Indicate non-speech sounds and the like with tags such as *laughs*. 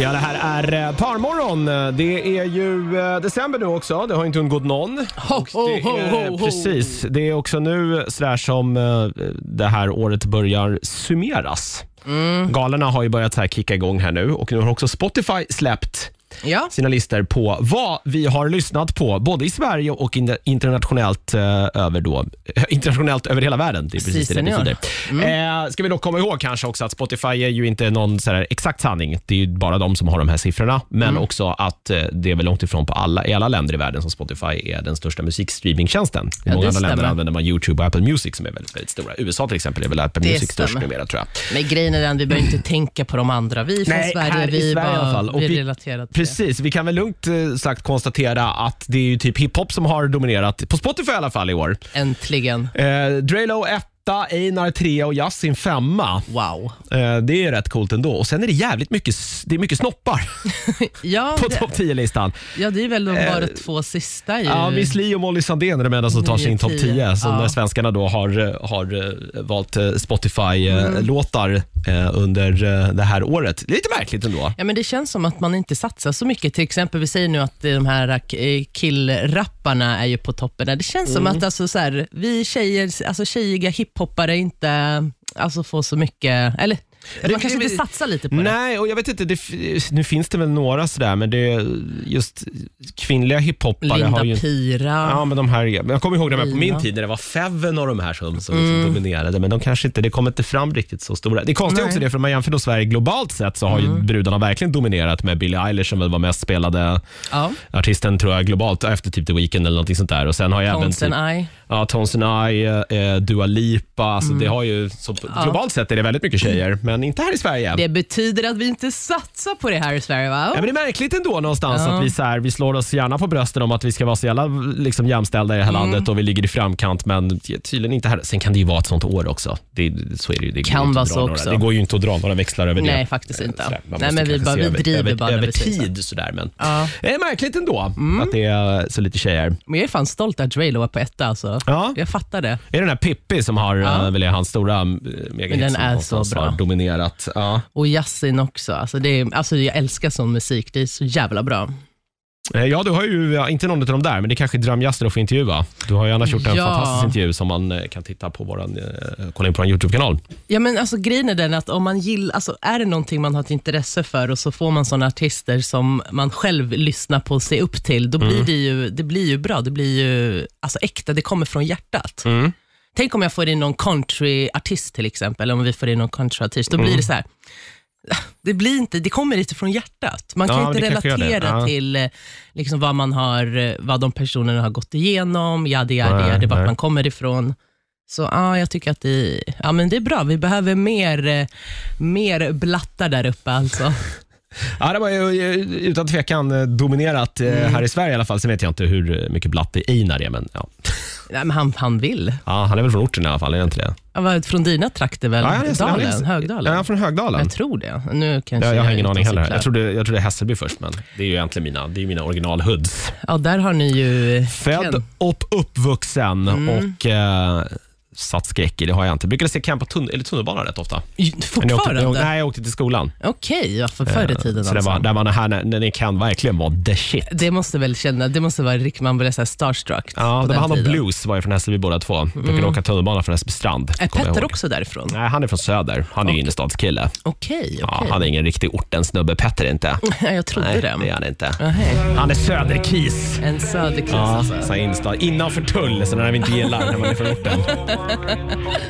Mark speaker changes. Speaker 1: Ja, det här är eh, Parmorgon. Det är ju eh, december nu också. Det har inte undgått någon.
Speaker 2: Ho, ho,
Speaker 1: Det
Speaker 2: ho,
Speaker 1: är,
Speaker 2: ho, ho.
Speaker 1: Precis. Det är också nu sådär som eh, det här året börjar summeras.
Speaker 2: Mm.
Speaker 1: Galorna har ju börjat så här kicka igång här nu och nu har också Spotify släppt
Speaker 2: Ja.
Speaker 1: sina listor på vad vi har lyssnat på, både i Sverige och in- internationellt, eh, över, då, eh, internationellt över hela världen. Det är precis
Speaker 2: Precis,
Speaker 1: det det
Speaker 2: senior. Mm.
Speaker 1: betyder. Eh, ska vi dock komma ihåg kanske också att Spotify är ju inte någon så här exakt sanning. Det är ju bara de som har de här siffrorna, men
Speaker 2: Mm.
Speaker 1: också att eh, det är väl långt ifrån på alla, i alla länder i världen som Spotify är den största musikstreamingtjänsten. I
Speaker 2: Ja,
Speaker 1: många
Speaker 2: det
Speaker 1: andra länder
Speaker 2: stämmer.
Speaker 1: använder man YouTube och Apple Music som är väldigt, väldigt stora. USA till exempel är väl Apple
Speaker 2: Det
Speaker 1: Music störst
Speaker 2: stämmer.
Speaker 1: numera tror jag.
Speaker 2: Men grejen är den, vi behöver inte tänka på de andra. Vi är från
Speaker 1: Nej,
Speaker 2: Sverige,
Speaker 1: här
Speaker 2: vi
Speaker 1: i Sverige
Speaker 2: bara,
Speaker 1: i alla fall. Och
Speaker 2: vi
Speaker 1: vi-
Speaker 2: relaterar till det.
Speaker 1: Precis, vi kan väl lugnt eh, sagt konstatera att det är ju typ hiphop som har dominerat, på Spotify i alla fall i år.
Speaker 2: Äntligen.
Speaker 1: Eh, Drelo etta, Einar trea och Yasin femma.
Speaker 2: Wow.
Speaker 1: Eh, det är ju rätt coolt ändå. Och sen är det jävligt mycket, s- det är mycket snoppar *laughs*
Speaker 2: Ja,
Speaker 1: på
Speaker 2: det,
Speaker 1: topp 10-listan.
Speaker 2: ja, det är väl de bara två sista ju.
Speaker 1: Ja, Miss Li och Molly Sandén är de enda som tar sig in topp 10, som
Speaker 2: Mm. Ja.
Speaker 1: när svenskarna då har, eh, har eh, valt Spotify-låtar under eh, det här året. Lite märkligt ändå.
Speaker 2: Ja, men det känns som att man inte satsar så mycket. Till exempel, vi säger nu att de här eh, killrapparna är ju på toppen. Det känns som
Speaker 1: Mm.
Speaker 2: att alltså, så här, vi tjejer, alltså, tjejiga hiphoppare inte alltså, får så mycket... Eller, man kanske
Speaker 1: det-
Speaker 2: inte satsar lite på det.
Speaker 1: Nej, och jag vet inte, det, f- nu finns det väl några sådär, men det är just kvinnliga hiphoppare har
Speaker 2: Linda
Speaker 1: ju...
Speaker 2: Pira.
Speaker 1: Ja, men de här, men jag kommer ihåg de här på min
Speaker 2: Lina.
Speaker 1: tid när det var Feven och de här som, som
Speaker 2: Mm.
Speaker 1: liksom dominerade, men de kanske inte, det kom inte fram riktigt så stora. Det konstiga är också
Speaker 2: Nej. Mm.
Speaker 1: det, för om man jämför då Sverige globalt sett så har ju brudarna verkligen dominerat med Billie Eilish som väl var mest spelade
Speaker 2: Ja.
Speaker 1: artisten tror jag globalt efter typ The Weeknd eller någonting sånt där. Och sen har ju även
Speaker 2: Ponsen
Speaker 1: typ,
Speaker 2: Eye.
Speaker 1: ja, Tons and I, eh, Dua Lipa, alltså
Speaker 2: Mm.
Speaker 1: det har ju, så, globalt sett är det väldigt mycket tjejer, men inte här i Sverige.
Speaker 2: Det betyder att vi inte satsar på det här i Sverige, va?
Speaker 1: Ja, men det är märkligt ändå någonstans
Speaker 2: Ja.
Speaker 1: att vi, så här, vi slår oss gärna på brösten om att vi ska vara så jävla liksom, jämställda i det här
Speaker 2: Mm.
Speaker 1: landet och vi ligger i framkant, men tydligen inte här. Sen kan det ju vara ett sånt år också. Det, så är det, ju. det går
Speaker 2: Kan
Speaker 1: ju inte
Speaker 2: vara
Speaker 1: att dra
Speaker 2: så
Speaker 1: några,
Speaker 2: också.
Speaker 1: Det går ju inte att dra några växlar över det.
Speaker 2: Nej, faktiskt inte.
Speaker 1: Sådär, man
Speaker 2: Nej,
Speaker 1: måste
Speaker 2: men vi
Speaker 1: kanske
Speaker 2: bara-
Speaker 1: se
Speaker 2: vi
Speaker 1: över-
Speaker 2: driver
Speaker 1: över,
Speaker 2: bara när
Speaker 1: över
Speaker 2: vi säger så. Mm.
Speaker 1: tid. Sådär, men.
Speaker 2: Ja.
Speaker 1: Det är märkligt ändå att det är så lite tjejer.
Speaker 2: Men jag är fan stolt att Drelo är på etta. Alltså.
Speaker 1: Ja.
Speaker 2: Jag fattar det.
Speaker 1: Är det den här Pippi som har
Speaker 2: Ja.
Speaker 1: ja. väl, är hans stora eh, megahit
Speaker 2: den
Speaker 1: som
Speaker 2: är så
Speaker 1: någonstans
Speaker 2: bra.
Speaker 1: har dominerat? Ja.
Speaker 2: Och Yasin också. Alltså det är, alltså jag älskar sån musik. Det är så jävla bra.
Speaker 1: Eh, Ja, du har ju ja, inte någon av dem där, men det är kanske drömgäster att få intervjua. Du har ju annars gjort en
Speaker 2: Ja.
Speaker 1: fantastisk intervju som man eh, kan titta på våran, eh, kolla in på vår YouTube-kanal.
Speaker 2: Ja, men alltså, grejen är den att om man gillar, alltså, är det någonting man har ett intresse för och så får man såna artister som man själv lyssnar på och ser upp till, då
Speaker 1: Mm.
Speaker 2: blir det ju, det blir ju bra. Det blir ju alltså, äkta, det kommer från hjärtat. Tänk om jag får in någon countryartist till exempel, eller om vi får in någon countryartist, då
Speaker 1: Mm.
Speaker 2: blir det så här. Det, blir inte, det kommer inte från hjärtat. Man kan
Speaker 1: Ja, men
Speaker 2: inte
Speaker 1: det kanske gör det.
Speaker 2: relatera
Speaker 1: Ja.
Speaker 2: till eh, liksom, vad, man har, eh, vad de personerna har gått igenom, yadi, yadi,
Speaker 1: Nej,
Speaker 2: yadi,
Speaker 1: nej.
Speaker 2: vart man kommer ifrån. Så ja, jag tycker att det, ja, men det är bra. Vi behöver mer, eh, mer blattar där
Speaker 1: *laughs*
Speaker 2: uppe alltså.
Speaker 1: Ja, det var ju eh, utan tvekan eh, dominerat eh,
Speaker 2: Mm.
Speaker 1: här i Sverige i alla fall. Sen vet jag inte hur eh, mycket blatte Einar är, men ja.
Speaker 2: Nej, men han, han vill.
Speaker 1: ja, han är väl från orten i alla fall, är han inte det?
Speaker 2: Han var från dina trakter väl?
Speaker 1: Ja, han är- han är-
Speaker 2: Dalen,
Speaker 1: Ja,
Speaker 2: Högdalen?
Speaker 1: han är från Högdalen.
Speaker 2: Jag tror det. Nu kanske
Speaker 1: Jag, jag har ingen
Speaker 2: är ute
Speaker 1: aning
Speaker 2: och
Speaker 1: heller.
Speaker 2: cyklar.
Speaker 1: Jag trodde, jag trodde Hässelby först, men det är ju egentligen mina, det är ju mina original-hoods.
Speaker 2: Ja, där har ni ju...
Speaker 1: Född
Speaker 2: Ken. Mm.
Speaker 1: och uppvuxen och eh, satt skräck i, det har jag inte. Brukade se Camp på tunn, eller tunnelbanan rätt ofta. Men jag åkte,
Speaker 2: Fortfarande?
Speaker 1: jag, nej, jag åkte till skolan.
Speaker 2: Okej, ja, för förr i tiden
Speaker 1: Så det
Speaker 2: alltså.
Speaker 1: var, där var det här när, när det kan verkligen vara the shit.
Speaker 2: Det måste väl känna, det måste vara riktigt, man blev så här starstruck
Speaker 1: Ja,
Speaker 2: på
Speaker 1: de
Speaker 2: den
Speaker 1: han och
Speaker 2: tiden. Mm.
Speaker 1: Blues var ju från Hässelby båda två. Brukade åka tunnelbana från Hässelby strand.
Speaker 2: Är
Speaker 1: kommer jag
Speaker 2: Petter
Speaker 1: ihåg.
Speaker 2: också därifrån?
Speaker 1: Nej, han är från Söder. Han är ju innerstadskille.
Speaker 2: Okej, okej.
Speaker 1: Ja,
Speaker 2: *laughs*
Speaker 1: han är ingen riktig ortensnubbe, Petter inte.
Speaker 2: Jag trodde
Speaker 1: Nej,
Speaker 2: det. Mm.
Speaker 1: det är han inte.
Speaker 2: Nej.
Speaker 1: Han är söderkis.
Speaker 2: En söderkis
Speaker 1: Ja,
Speaker 2: alltså.
Speaker 1: så här innerstad. Innanför tull, sådana där vi inte gillar när man är från orten.